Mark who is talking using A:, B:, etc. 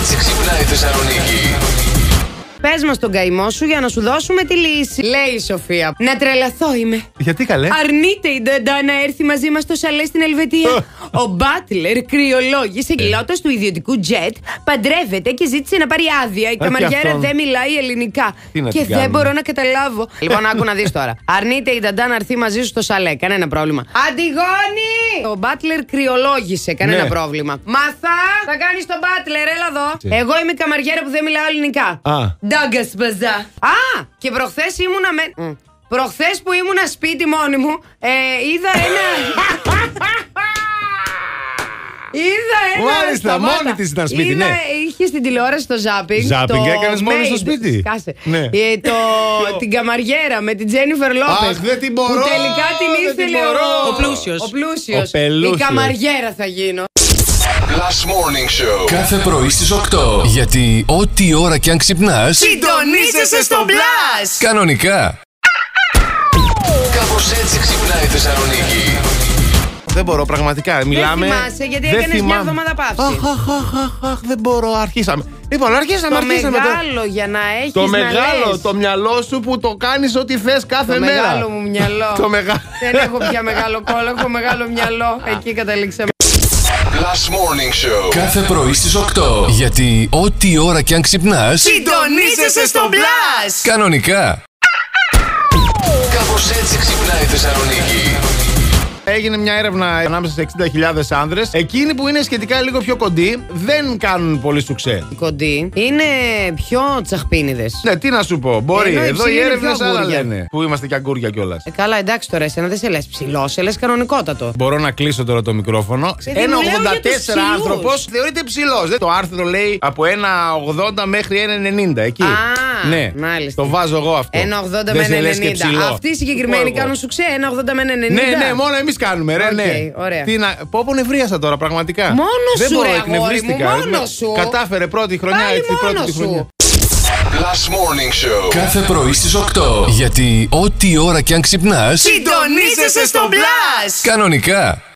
A: Έτσι ξυπνάει η Θεσσαλονίκη.
B: Πες μας τον καημό σου για να σου δώσουμε τη λύση. Λέει η Σοφία. Ε? Να τρελαθώ είμαι.
C: Γιατί καλέ.
B: Αρνείται η Νταντά να έρθει μαζί μας στο σαλέ στην Ελβετία. Ο Μπάτλερ κρυολόγησε πιλότο του ιδιωτικού τζετ, παντρεύεται και ζήτησε να πάρει άδεια. Η
C: και
B: καμαριέρα
C: αυτόν.
B: δεν μιλάει ελληνικά.
C: Τι να
B: Και
C: την
B: δεν
C: κάνουμε.
B: μπορώ να καταλάβω. Λοιπόν, άκου να δεις τώρα. Αρνείται η Νταντά να έρθει μαζί σου στο σαλέ. Κανένα πρόβλημα. Αντιγόνη! Ο Μπάτλερ κρυολόγησε. Κανένα
C: Ναι.
B: πρόβλημα. Μαθά! Θα κάνεις τον Μπάτλερ, έλα
C: Τι.
B: εδώ. Εγώ είμαι η καμαριέρα που δεν μιλάω ελληνικά.
C: Α.
B: Ντάγκα μπαζά. Α! Και προχθές ήμουνα με. Προχθές που ήμουνα σπίτι μόνη μου, ε, είδα ένα. είδα ένα.
C: Μάλιστα,
B: σταμάτα.
C: μόνη της ήταν σπίτι,
B: είδα,
C: ναι.
B: Είχε στην τηλεόραση το ζάπινγκ.
C: Ζάπινγκ
B: το
C: έκανες μόνη στο
B: Made.
C: σπίτι.
B: Κάσε.
C: Ναι.
B: Ε, το, την καμαριέρα με την Τζένιφερ Λόπε.
C: Αχ, δεν την μπορώ,
B: Που τελικά την
C: δεν την
B: ήθελε
C: μπορώ.
B: ο-
D: Ο πλούσιος.
B: Ο πλούσιος.
C: Ο πελούσιος.
B: Η καμαριέρα θα γίνω.
A: Last Morning Show.
E: Κάθε πρωί στις 8. Γιατί ό,τι ώρα κι αν ξυπνάς,
B: Συντονίζεσαι στο μπλα!
E: κανονικά.
A: Κάπως έτσι ξυπνάει η Θεσσαλονίκη.
C: Δεν μπορώ, πραγματικά. Μιλάμε.
B: θυμάσαι, γιατί
C: Δεν
B: έκανες μια
C: θυμάμαι.
B: εβδομάδα παύση.
C: Αχ, αχ, αχ, αχ, αχ, δεν μπορώ, αρχίσαμε. Λοιπόν, αρχίσαμε,
B: Το
C: αρχίσαμε. τώρα.
B: μεγάλο για να έχεις.
C: Το μεγάλο, το μυαλό σου που το κάνεις ό,τι θες κάθε
B: Το
C: μέρα.
B: μεγάλο μου μυαλό.
C: το μεγάλο.
B: Δεν έχω πια μεγάλο κόλλο, έχω μεγάλο μυαλό. Εκεί καταλήξαμε.
A: Last Morning Show.
E: Κάθε πρωί στις 8. Γιατί ό,τι ώρα κι αν ξυπνάς,
B: Συντονίζεσαι στο μπλα!
E: κανονικά.
A: Κάπως έτσι ξυπνάει η Θεσσαλονίκη.
C: Έγινε μια έρευνα ανάμεσα σε 60.000 άνδρες. Εκείνοι που είναι σχετικά λίγο πιο κοντοί δεν κάνουν πολύ σουξέ.
B: Κοντή είναι πιο τσαχπίνιδες.
C: Ναι, τι να σου πω. Μπορεί.
B: Ενώ οι
C: Εδώ
B: ψηλοί
C: οι
B: είναι
C: έρευνες
B: πιο
C: άλλα
B: αγγούρια.
C: λένε. Που είμαστε και αγκούρια κιόλας.
B: Ε, καλά, εντάξει τώρα, εσένα δεν σε λες ψηλός, σε λες κανονικότατο.
C: Μπορώ να κλείσω τώρα το μικρόφωνο.
B: Παιδί
C: Ένα
B: μου, λέω για
C: 84
B: τους ψηλούς.
C: άνθρωπος θεωρείται ψηλός. Το άρθρο λέει από ένα 80 μέχρι ένα 90. Εκεί.
B: Α,
C: ναι.
B: μάλιστα.
C: Το βάζω εγώ αυτό.
B: Ένα 80
C: Δεν
B: με
C: σε λες και
B: 90.
C: ψηλό.
B: Αυτοί οι συγκεκριμένοι
C: Εγώ.
B: κάνουν σου ξέ, ένα 80 με 90.
C: Ναι, ναι, μόνο εμείς κάνουμε, ρε,
B: Οκ,
C: ναι.
B: ωραία.
C: Τι να... Πω, πω, νευρίασα τώρα, πραγματικά.
B: Μόνο
C: Δεν
B: σου,
C: μπορώ,
B: ρε, αγόρι μου,
C: εκνευρίστηκα.
B: μόνο
C: Με-
B: σου.
C: Κατάφερε πρώτη χρονιά,
B: Πάλι
C: έτσι, πρώτη
B: μόνο
C: τη
B: σου.
C: χρονιά.
A: Last Morning Show.
E: Κάθε πρωί στις 8. Γιατί ό,τι ώρα κι αν ξυπνάς,
B: Συντονίζεσαι στο μπλα!
E: κανονικά.